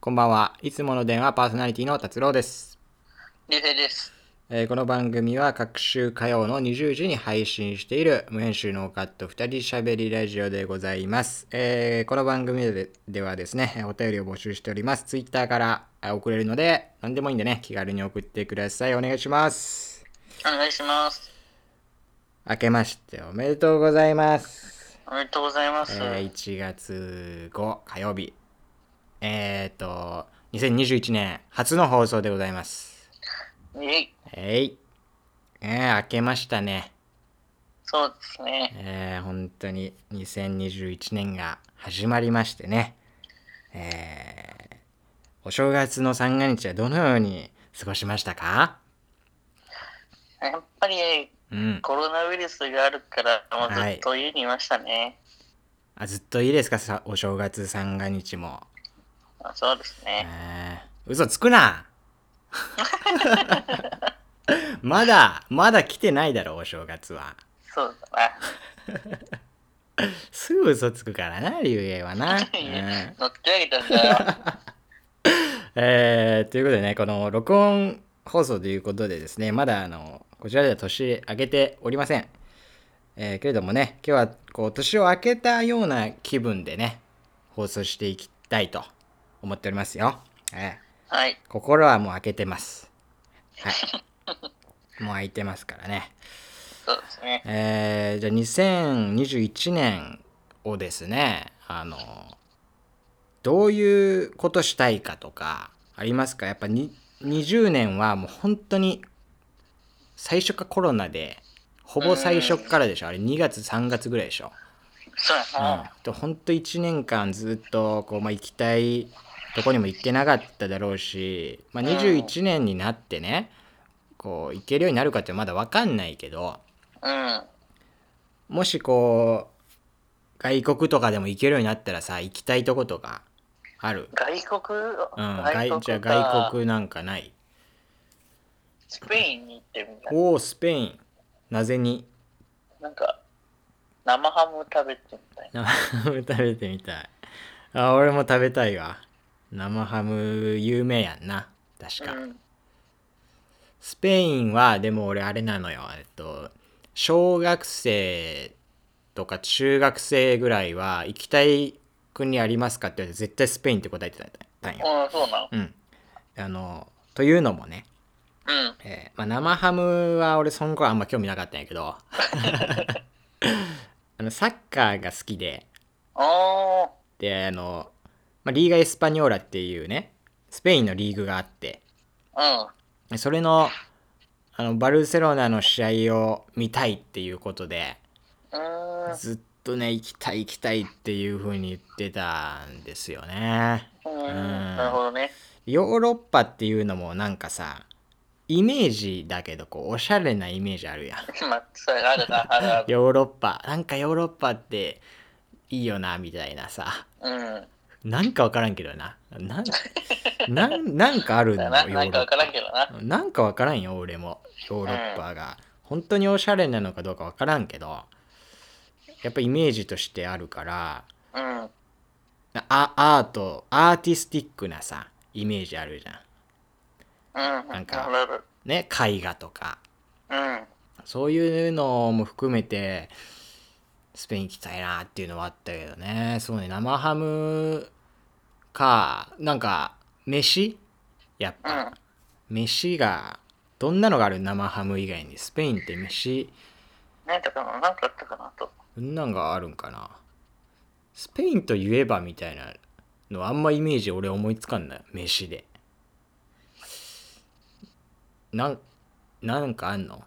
こんばんは。いつもの電話パーソナリティの達郎です。竜兵です。えーこの番組は各週火曜の20時に配信している無編集のカット二人喋りラジオでございます。えーこの番組でではですね、お便りを募集しております。ツイッターからあ送れるので、何でもいいんでね、気軽に送ってください。お願いします。お願いします。明けましておめでとうございます。おめでとうございまえす。ー1月5火曜日えっ、ー、と2021年初の放送でございますえいえいえー、明けましたねそうですね。えー、本当に2021年が始まりましてねえー、お正月の三が日はどのように過ごしましたかやっぱりうんコロナウイルスがあるから、もうずっと家にいましたね。あずっといいですかさお正月三が日もあそうですね。えー、嘘つくな まだまだ来てないだろお正月はそうだすぐ嘘つくからな竜兵はな、うな。 いやん乗ってあげたんだよ。えー、ということでねこの録音放送ということでですねまだあのこちらでは年明けておりません、えーけれどもね今日はこう年を明けたような気分でね放送していきたいと思っておりますよ、えーはい。心はもう開けてます。はい。もう開いてますからね。そうですね。えー、じゃあ2021年をですね、あの、どういうことしたいかとかありますかやっぱに20年はもう本当に最初かコロナで、ほぼ最初からでしょあれ2月3月ぐらいでしょそうやうんな。、と本当1年間ずっとこう、まあ、行きたいとこにも行ってなかっただろうし、まあ、うん21年になってねこう行けるようになるかってまだ分かんないけどうん。もしこう外国とかでも行けるようになったらさ行きたいとことかある、外国、うん、外外国じゃあか外国なんかないスペインに行ってみたいおおスペインなぜにな。なんか、生ハム食べてみたい生ハム食べてみたいあ俺も食べたいわ生ハム有名やんな確かな。、うん。スペインはでも俺あれなのよえっと小学生とか中学生ぐらいは行きたい国ありますかって言われて絶対スペインって答えてたんよ。うん、そうなの。うん、あのというのもね、うん。えーまあ、生ハムは俺その頃あんま興味なかったんやけどあのサッカーが好きでおー。であの、まあ、リーガ・エスパニョーラっていうねスペインのリーグがあって。うん。それのあのバルセロナの試合を見たいっていうことでうーん。ずっとね行きたい行きたいっていう風に言ってたんですよねうんんなるほどね。ヨーロッパっていうのもなんかさイメージだけどこうおしゃれなイメージあるやん まあ、それある な、あるある。ヨーロッパなんかヨーロッパっていいよなみたいなさうん。なんかわからんけどななんなんなんかあるんだだよ な、ヨーロッなんパかわからんけどな。なんかわからんよ俺もヨーロッパが、本当におしゃれなのかどうかわからんけどやっぱイメージとしてあるからうん。あアートアーティスティックなさイメージあるじゃんうん。なんかなるほどね絵画とかうん。そういうのも含めてスペイン行きたいなっていうのはあったけどねそうね生ハムかなんか飯やっうぱ、ん。飯がどんなのがある生ハム以外にスペインって飯なんかかな、なんかあったかなと。そんなんがあるんかなスペインといえばみたいなのあんまイメージ俺思いつかんない飯でなんなんかあんの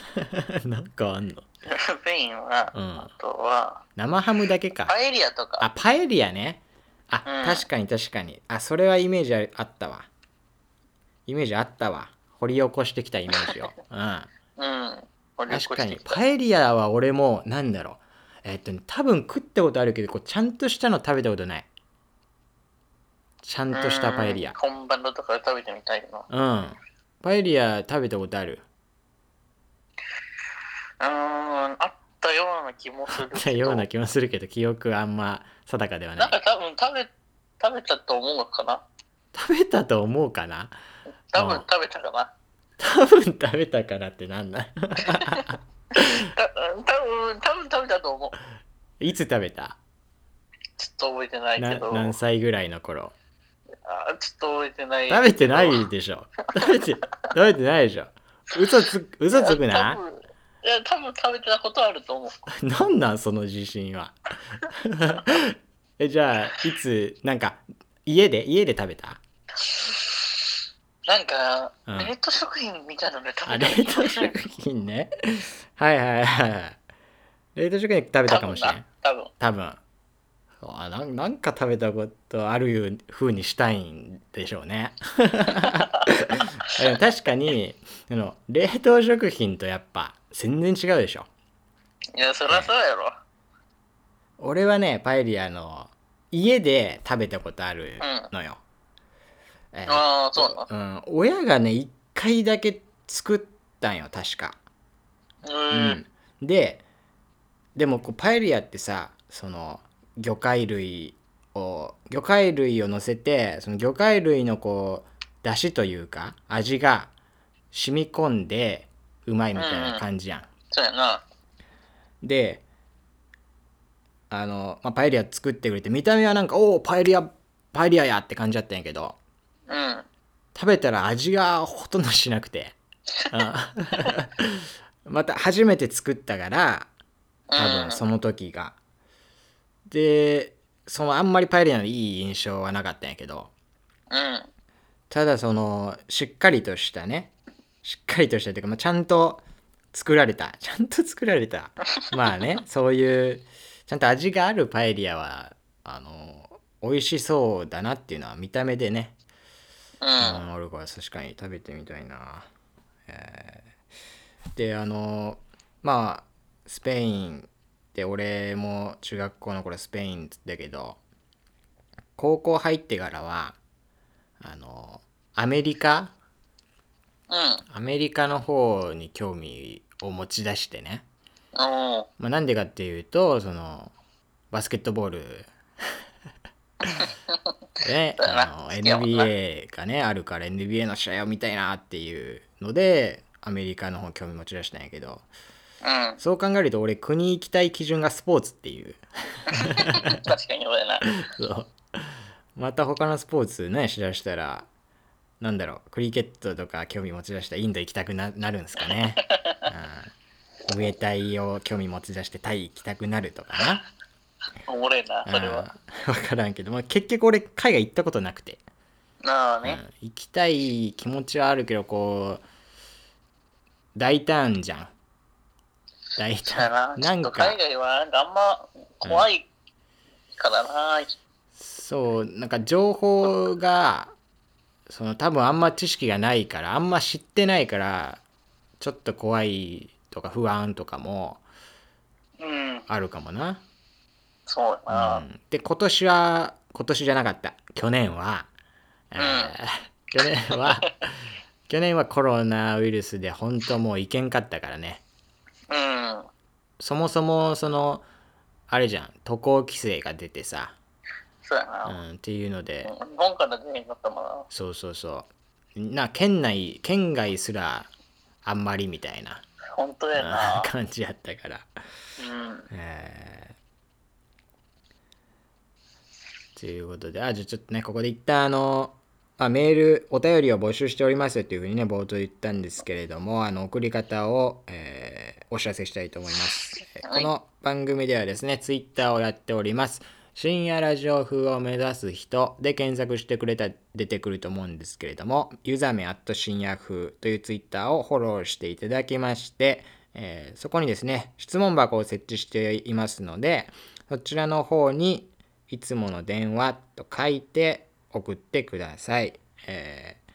なんかあんのスペインは、うんあとは、生ハムだけかパエリアとか。あパエリアねあ、うん確かに確かにあそれはイメージああったわイメージあったわ掘り起こしてきたイメージ をうんうん。掘り確起こかしてにきたパエリアは俺もなんだろうえーっとね多分食ったことあるけどこうちゃんとしたの食べたことないちゃんとしたパエリうアん本場のとか食べてみたいの。うん、パエリア食べたことある うーん。あったような気もするっけたど。ような気もするけど記憶あんま定かではななんいか多分食べ、食べたと思うのかな。食べたと思うかな多分食べたかな。多分食べたからってなんだた多分多分食べたと思う。い つ食べたちょっと覚えてないけなど。何歳ぐらいの頃あちょっと覚えてない。食べてないで しょ食べて食べてないでしょ嘘つ嘘つくいや多な分いや、多分食べてたことあると思う。なんなんその自信は えじゃあいつなんか家で家で食べたなんか、うん冷凍食品みたいなので食あべ冷た気が凍する食品ねはいはいはいはい冷凍食品食べたかもしれん多分な。多分あなんなんか食べたことあるいう風にしたいんでしょうね でも確かにあの冷凍食品とやっぱ全然違うでしょ多分いや、そりゃそうやろ。俺はねパエリアの家で食べたことあるのよ、えーああ、そうなうん、親がね1回だけ作ったんよ確か、の。うん。うん、ででもこうパエリアってさその魚介類を魚介類を乗せてその魚介類のこう出汁というか味が染み込んでうまいみたいな感じやん、そうやな。であの、まあ、パエリア作ってくれて見た目はなんか「おおパエリアパエリアや!」って感じだったんやけどうん。食べたら味がほとんどしなくて、うん また初めて作ったから多分その時が、でそのあんまりパエリアのいい印象はなかったんやけどうん。ただそのしっかりとしたねしっかりとしたというか、まあ、ちゃんと作られたちゃんと作られたまあねそういうちゃんと味があるパエリアはあの美味しそうだなっていうのは見た目でねうん。うん、俺これ確かに食べてみたいな、えーであのまあスペインで俺も中学校の頃スペインだけど高校入ってからはあのアメリカうん。アメリカの方に興味を持ち出してね、おーまあ、なんでかっていうとそのバスケットボールでそうやなあの好きやもんな NBA がねあるから NBA の試合を見たいなっていうのでアメリカの方興味持ち出したんやけどうん。そう考えると俺国行きたい基準がスポーツっていう確かに俺な。そうまた他のスポーツねしだしたらなんだろうクリケットとか興味持ち出したらインド行きたくななるんですかね、うん、ムエタイを興味持ち出してタイ行きたくなるとかなおもれえな、そ れは。うん分からんけど、まあ、結局俺海外行ったことなくて、なあうんね。行きたい気持ちはあるけどこう大胆じゃん大そうや な胆。ちなょっんとか海外はなんかあんま怖いからな。そうなんか情報がその多分あんま知識がないからあんま知ってないからちょっと怖いとか不安とかもうん。あるかもな、そうやうな。んで今年は今年じゃなかった去年は、えー去年は 去年はコロナウイルスで本当もう行けんかったからねうん。そもそもそのあれじゃん渡航規制が出てさ、そうやうな。ん、っていうので日本から出へんかったもんな。そうそうそうな県内県外すらあんまりみたいな本当やあなー。感じやったから、うん。えーということで、あ、じゃあちょっとね、ここで一旦あの、あメール、お便りを募集しておりますというふうにね、冒頭言ったんですけれども、あの、送り方を、えーお知らせしたいと思います。えーはいこの番組ではですね、ツイッターをやっております。深夜ラジオ風を目指す人で検索してくれたら出てくると思うんですけれども、ユーザー名アット深夜風というツイッターをフォローしていただきまして、えーそこにですね、質問箱を設置していますので、そちらの方にいつもの電話と書いて送ってください。えー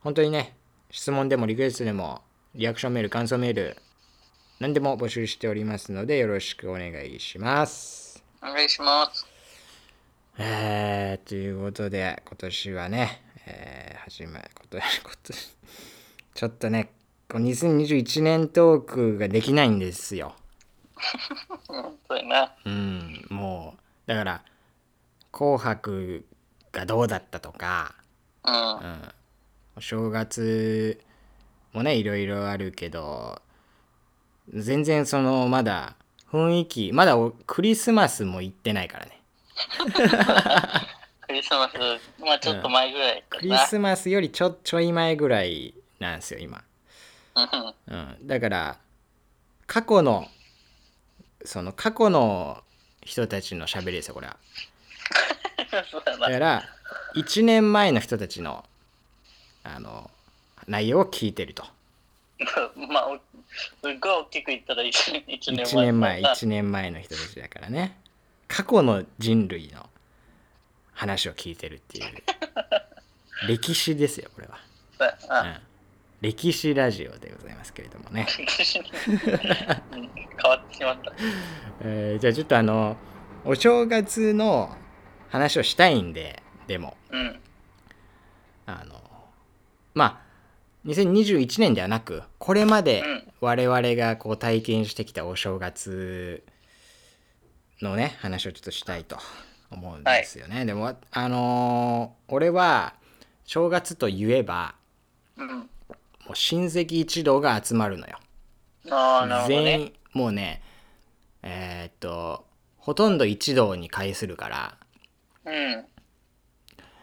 本当にね、質問でもリクエストでも、リアクションメール、感想メール、何でも募集しておりますので、よろしくお願いします。お願いします。えー、ということで、今年はね、えー、始ま、今年、今年、 ちょっとね、こう2021年トークができないんですよ。うん。そうやな。うん、もう、だから、紅白がどうだったとか、ううんう。ん、お正月もねいろいろあるけど全然そのまだ雰囲気まだおクリスマスも行ってないからねクリスマス、まあちょっと前ぐらいかクリな。スマスよりちょちょい前ぐらいなんですよ今、うんうん、だから過去のその過去の人たちの喋りですよこれは そうだだな。から1年前の人たちのあの内容を聞いてるとまあ、おすっごい大きく言ったら一年一年前。 1年前まあ1年前の人たちだからね過去の人類の話を聞いてるっていう 歴史ですよこれは、あうん、歴史ラジオでございますけれどもね、うん変わってしまった。えーじゃあちょっとあのお正月の話をしたいんででもうん。あのまあ2021年ではなくこれまでうん我々がこう体験してきたお正月のね話をちょっとしたいと思うんですよね、でもあのー俺は正月といえばうん。もう親戚一同が集まるのよ、ああ、なるほど全ね。員もうねえーっとほとんど一同に会するからうん。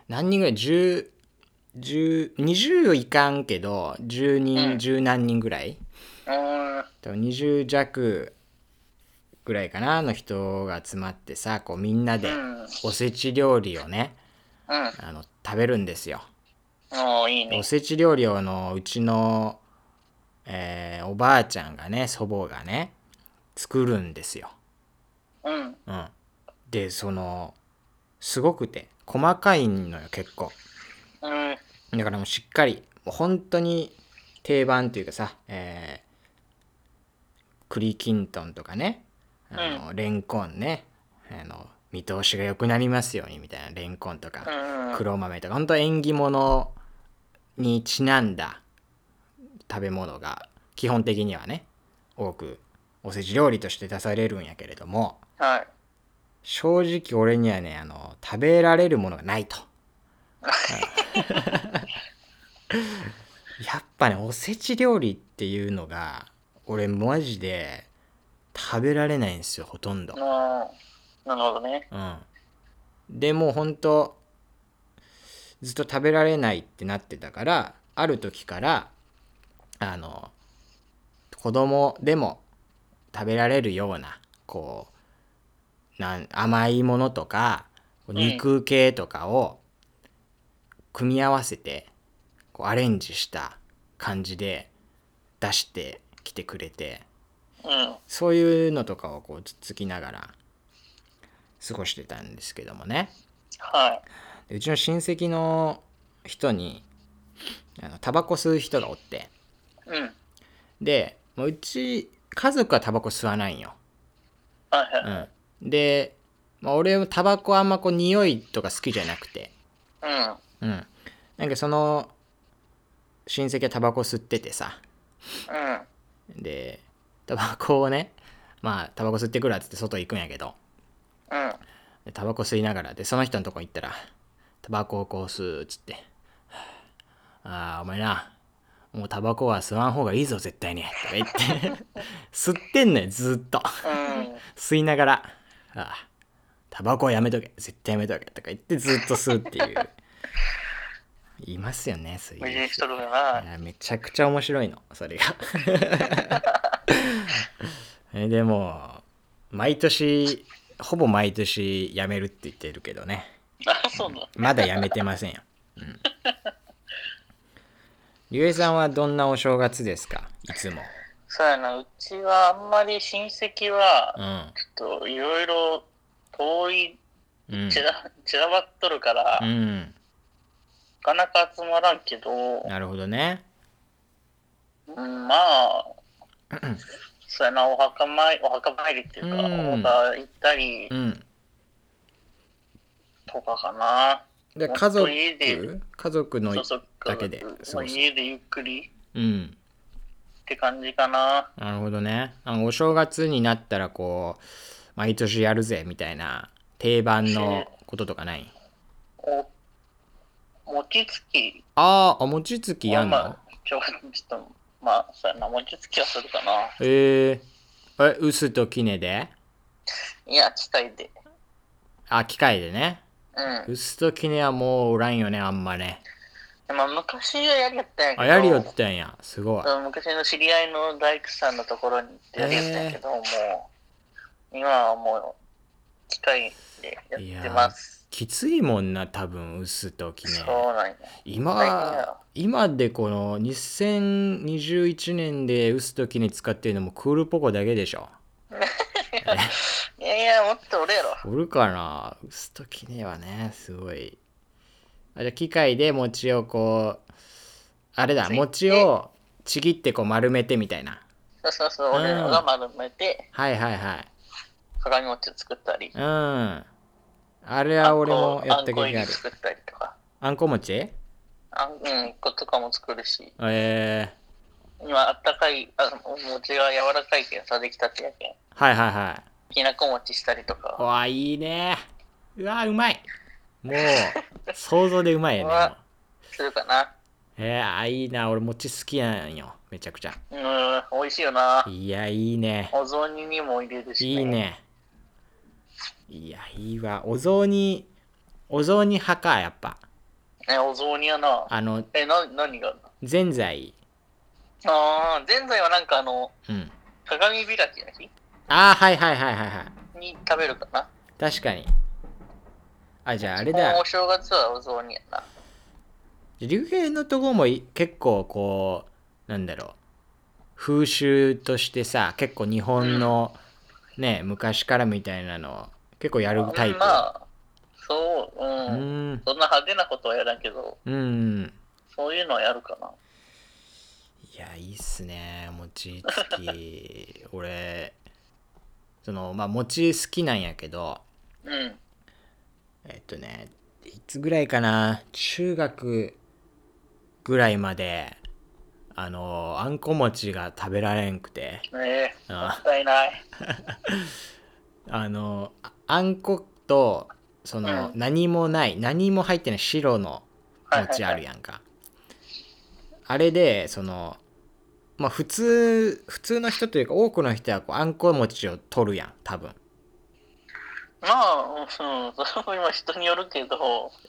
何人ぐらい10 10 20いかんけど10人、うん10何人ぐらいうん。多分20弱ぐらいかなの人が集まってさこうみんなでうん。おせち料理をねうん。あの食べるんですよおおいいねお。せち料理をあのうちの、えーおばあちゃんがね祖母がね作るんですよ、うん。うん、でそのすごくて細かいのよ結構うん。だからもうしっかりもう本当に定番というかさ、えー、栗きんとんとかねあの、レンコンねあの見通しが良くなりますようにみたいなレンコンとうかん。黒豆とか本当縁起物にちなんだ食べ物が基本的にはね多くおせち料理として出されるんやけれどもはい。正直俺にはねあの食べられるものがないとやっぱねおせち料理っていうのが俺マジで食べられないんですよほとんど、あーなるほどね。うん、でもうほんとずっと食べられないってなってたからある時からあの子供でも食べられるようなこうなん甘いものとかん肉系とかを組み合わせてこうアレンジした感じで出してきてくれてうん。そういうのとかをこうつつきながら過ごしてたんですけどもねはでうちの親戚の人にあのタバコ吸う人がおってい。うん。はいでもううち家族はタバコ吸わないんよ、はうん、で、まあ、俺もタバコあんまこう匂いとか好きじゃなくてい。うん。うんなんかその親戚はタバコ吸っててさうん。でタバコをねまあタバコ吸ってくるわっつって外行くんやけどうん。でタバコ吸いながらでその人のとこ行ったら「タバコをこう吸う」っつって「ああお前なもうタバコは吸わん方がいいぞ絶対に」とか言って吸ってんのよずっとうん。吸いながら「ああタバコはやめとけ絶対やめとけ」とか言ってずっと吸うっていういますよねそう無い理うし人。とるないやめちゃくちゃ面白いのそれが えでも毎年ほぼ毎年辞めるって言ってるけどねあ、 そうだ。まだ辞めてませんよ、うん、ゆえさんはどんなお正月ですかいつもそうやな。うちはあんまり親戚はう、んちょっといろいろ遠い、うん散ら散らばっとるから、うなんかなか集まらんけど、なるほどねうん、まあ、そうやな、お墓参り、お墓参りっていうか、うんお墓行ったりうんとかかな。で本家当家族で家族のそうそうだけで家族そうそうまあ家でゆっくりうんって感じかな。なるほどね。あのお正月になったらこう毎年やるぜみたいな定番のこととかないお餅つきあーあ、餅つきやんまのあ、ちょ、ちょっと、まあ、そうやな、餅つきはするかな。えー、え、薄と絹でいや、機械で。あ、機械でね。うん。薄と絹はもうおらんよね、あんまね。まあ、昔はやりやったんやけど。あ、やりよったんや。すごい。うん昔の知り合いの大工さんのところに行ってやりやったんやけど、もう、今はもう、機械でやってます。きついもんな、多分、薄と絹。そうなんや。はい今、今でこの2021年で薄と絹使ってるのもクールポコだけでしょ。いやいや、もっと俺やろ。おるかな薄と絹はね、すごい。あじゃあ機械で餅をこう、あれだ、ついて餅をちぎってこう丸めてみたいな。そうそうそう、うん俺らが丸めて、はいはいはい。鏡餅を作ったりう、ん。あれは俺もやったあんこ経入験ある。り作ったりとか、あんこ餅あんうん、こうとかも作るし、えー、今、あったかい、あお餅が柔らかいけんさ、できたてやけん。はいはいはい。きなこ餅したりとか。わあいいねうわうまいもう想像でうまいようねわするかな。えー、あいいな俺餅好きやんよめちゃくちゃうん、美味しいよな。いやいいねお雑煮にも入れるし、いい。ねいやいいわお雑煮お雑煮派かやっぱえ、お雑煮やな。あのえ、な、何があるのぜんざいああ、前菜はなんかあの、うん鏡開きの日ああはいはいはいはいはいに食べるかな。確かにあじゃああれもうだお正月はお雑煮やな。竜兵のとこもい結構こうなんだろう風習としてさ結構日本の、ね昔からみたいなの結構やるタイプ、まあ、そう、ううん。んそんな派手なことはやらんけど、うんそういうのはやるかな。いやいいっすね餅つき 俺そのまあ餅好きなんやけどうん。えっとねいつぐらいかな中学ぐらいまであのあんこ餅が食べられんくてねえ、もあったいない。あのああんことその、うん何もない何も入ってない白の餅あるやんか、あれでそのまあ普通普通の人というか多くの人はこうあんこ餅を取るやん多分まあ、うん、それも今人によるけど、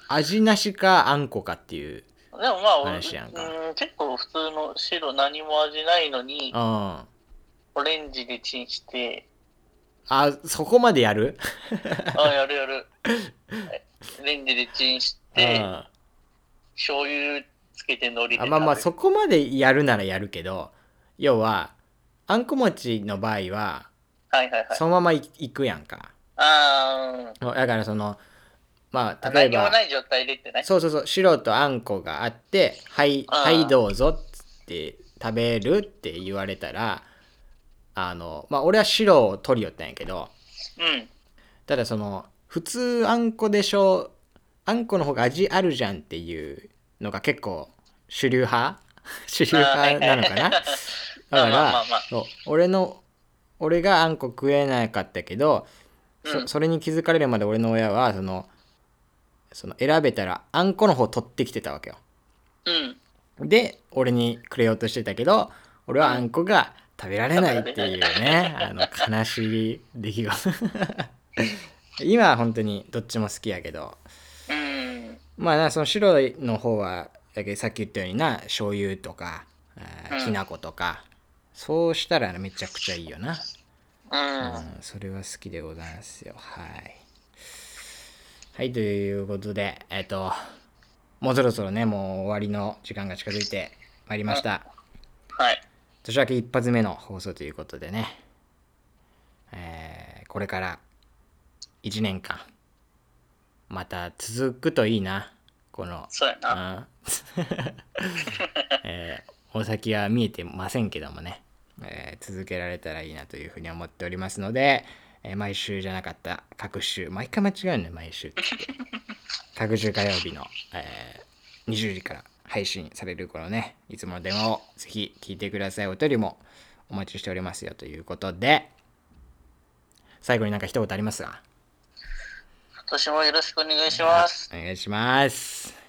味なしかあんこかっていうでもまあ、俺話やんかうん、結構普通の白何も味ないのにうん、あオレンジでチンして、そこまでやるあ、やるやる。オレンジでチンしうて、ん醤油つけて海苔で食べある。まあまあそこまでやるならやるけど要はあんこ餅の場合ははいはいはい。そのままいいくやんか、あーうんだからそのまあ、あ例え何ばもない状態でってね。そうそうそう白とあんこがあって「はいあーはいどうぞ」っつって食べるって言われたらあのまあ俺は白を取りよったんやけどうん。ただその普通あんこでしょあんこの方が味あるじゃんっていうのが結構主流派 主流派なのか なだかまあまあまらあまあそう俺の俺があんこ食えなかったけどそ,、うんそれに気づかれるまで俺の親はそのその選べたらあんこの方取ってきてたわけようん。で俺にくれようとしてたけど俺はあんこが食べられないっていうねあの悲しい出来事 今は本当にどっちも好きやけどうん。まあなその白いの方はだけどさっき言ったようにな醤油とかあーうんきな粉とか、そうしたらめちゃくちゃいいよな、うん。うん、それは好きでございますよはいはいということでえっ、ともうそろそろねもう終わりの時間が近づいてまいりました、はい。年明け一発目の放送ということでね、えーこれから1年間また続くといいなこのそうやな。あ えーお先は見えてませんけどもね、えー続けられたらいいなというふうに思っておりますので、えー毎週じゃなかった各週毎回間違えるね毎週って言って各週火曜日の、えー20時から配信される頃ねいつもの電話をぜひ聞いてくださいお便りもお待ちしておりますよということで最後になんか一言ありますが今年もよろしくお願いします。お願いします